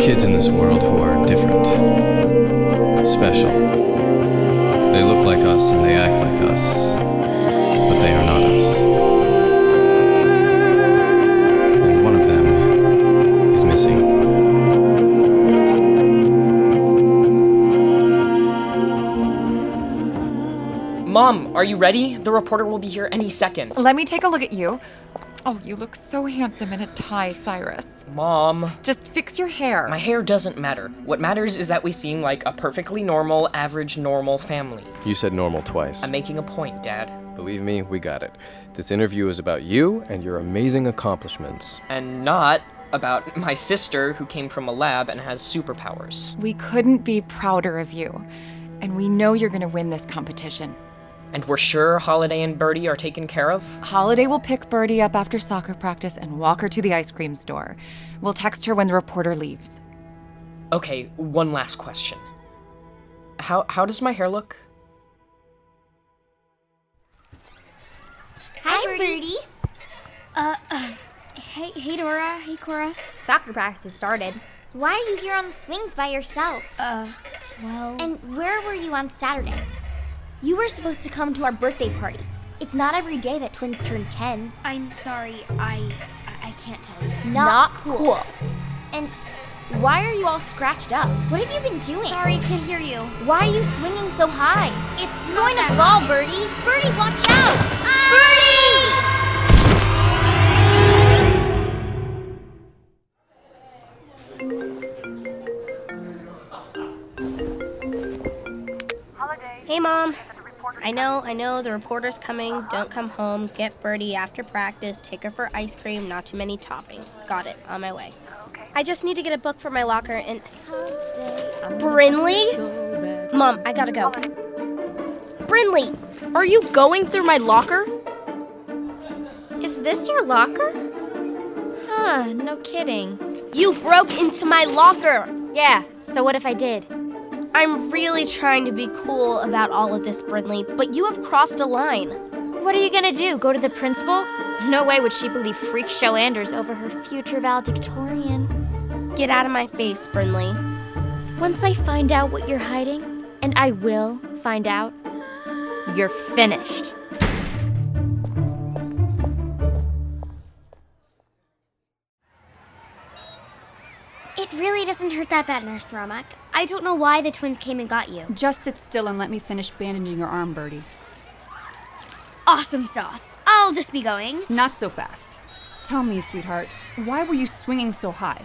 kids in this world who are different, special. They look like us and they act like us, but they are not us. And one of them is missing. Mom, are you ready? The reporter will be here any second. Let me take a look at you. Oh, you look so handsome in a tie, Cyrus. Mom, Just fix your hair. my hair doesn't matter. What matters is that we seem like a perfectly normal, average, normal family. You said normal twice. I'm making a point, Dad. Believe me, we got it. This interview is about you and your amazing accomplishments. And not about my sister who came from a lab and has superpowers. we couldn't be prouder of you. And we know you're going to win this competition. And we're sure Holiday and Birdie are taken care of? Holiday will pick Birdie up after soccer practice and walk her to the ice cream store. We'll text her when the reporter leaves. Okay, one last question. How how does my hair look? Hi, Birdie. Uh, uh, hey, hey, Dora. Hey, Cora. Soccer practice started. Why are you here on the swings by yourself? Uh, well. And where were you on Saturday? You were supposed to come to our birthday party. It's not every day that twins turn 10. I'm sorry, I I can't tell you. Not, cool. And why are you all scratched up? What have you been doing? Sorry, can hear you. Why are you swinging so high? It's You're not going that to fall, Birdie. Birdie, watch out! Birdie! Hey, Mom. I know, I know, the reporter's coming. Don't come home. Get Birdie after practice. Take her for ice cream. Not too many toppings. Got it. On my way. I just need to get a book for my locker and. Brinley? Mom, I gotta go. Brinley, are you going through my locker? Is this your locker? Huh, no kidding. You broke into my locker! Yeah, so what if I did? I'm really trying to be cool about all of this, Brinley, but you have crossed a line. What are you gonna do? Go to the principal? No way would she believe Freak Show Anders over her future valedictorian. Get out of my face, Brinley. Once I find out what you're hiding, and I will find out, you're finished. It really doesn't hurt that bad, Nurse Romack. I don't know why the twins came and got you. Just sit still and let me finish bandaging your arm, Birdie. Awesome sauce. I'll just be going. Not so fast. Tell me, sweetheart, why were you swinging so high?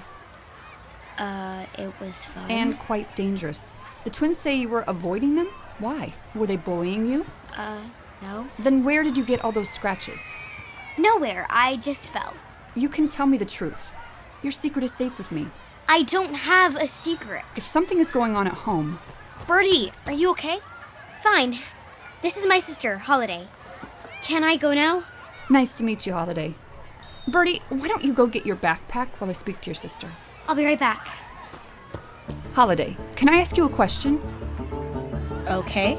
Uh, it was fun. And quite dangerous. The twins say you were avoiding them? Why? Were they bullying you? uh, no. Then where did you get all those scratches? Nowhere. I just fell. You can tell me the truth. Your secret is safe with me. I don't have a secret. If something is going on at home, Birdie, are you okay? Fine. This is my sister, Holiday. Can I go now? nice to meet you, Holiday. Birdie, why don't you go get your backpack while I speak to your sister? I'll be right back. Holiday, can I ask you a question? Okay.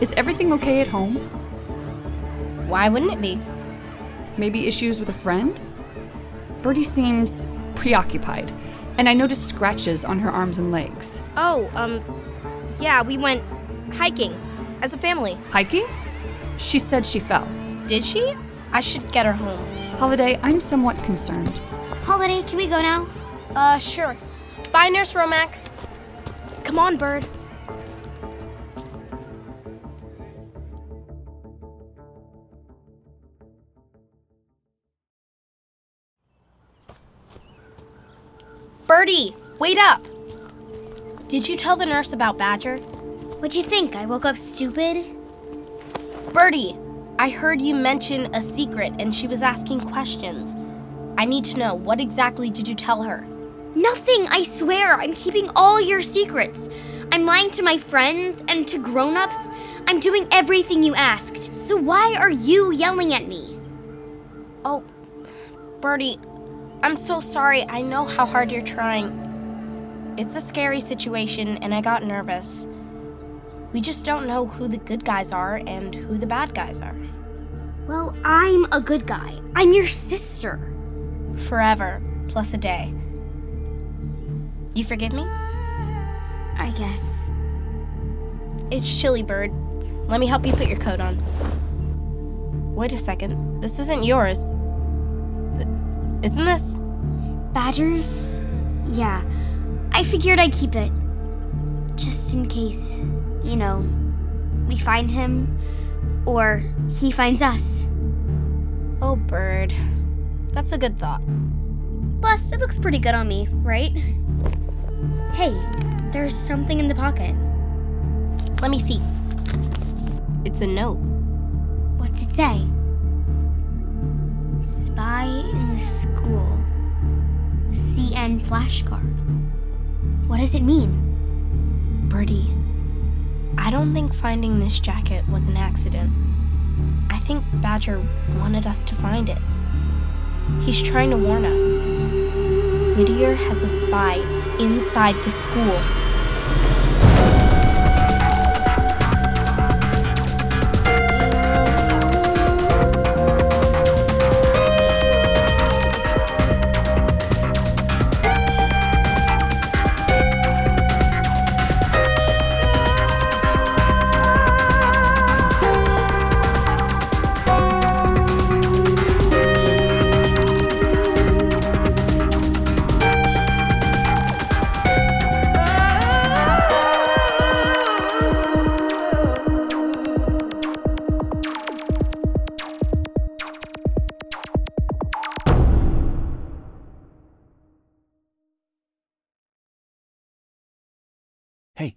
Is everything okay at home? Why wouldn't it be? Maybe issues with a friend? Birdie seems preoccupied, and I noticed scratches on her arms and legs. Oh, um, yeah, we went hiking as a family. Hiking? She said she fell. Did she? I should get her home. Holiday, I'm somewhat concerned. Holiday, can we go now? Uh, sure. Bye, Nurse Romack. Come on, Bird. Birdie, wait up! Did you tell the nurse about Badger? What'd you think? I woke up stupid? Birdie, I heard you mention a secret and she was asking questions. I need to know what exactly did you tell her? Nothing, I swear. I'm keeping all your secrets. I'm lying to my friends and to grown ups. I'm doing everything you asked. So why are you yelling at me? Oh, Birdie, I'm so sorry. I know how hard you're trying. It's a scary situation and I got nervous. We just don't know who the good guys are and who the bad guys are. Well, I'm a good guy. I'm your sister. Forever, plus a day. You forgive me? I guess. It's chilly, Bird. Let me help you put your coat on. Wait a second. This isn't yours. Th- Isn't this? Badgers? Yeah. I figured I'd keep it. Just in case, you know, we find him or he finds us. Oh, Bird. That's a good thought. Plus, it looks pretty good on me, right? Hey, there's something in the pocket. Let me see. It's a note. What's it say? Spy in the school. CN flashcard. What does it mean? Birdie, I don't think finding this jacket was an accident. I think Badger wanted us to find it. He's trying to warn us. Whittier has a spy inside the school. Hey,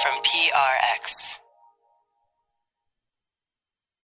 from PRX.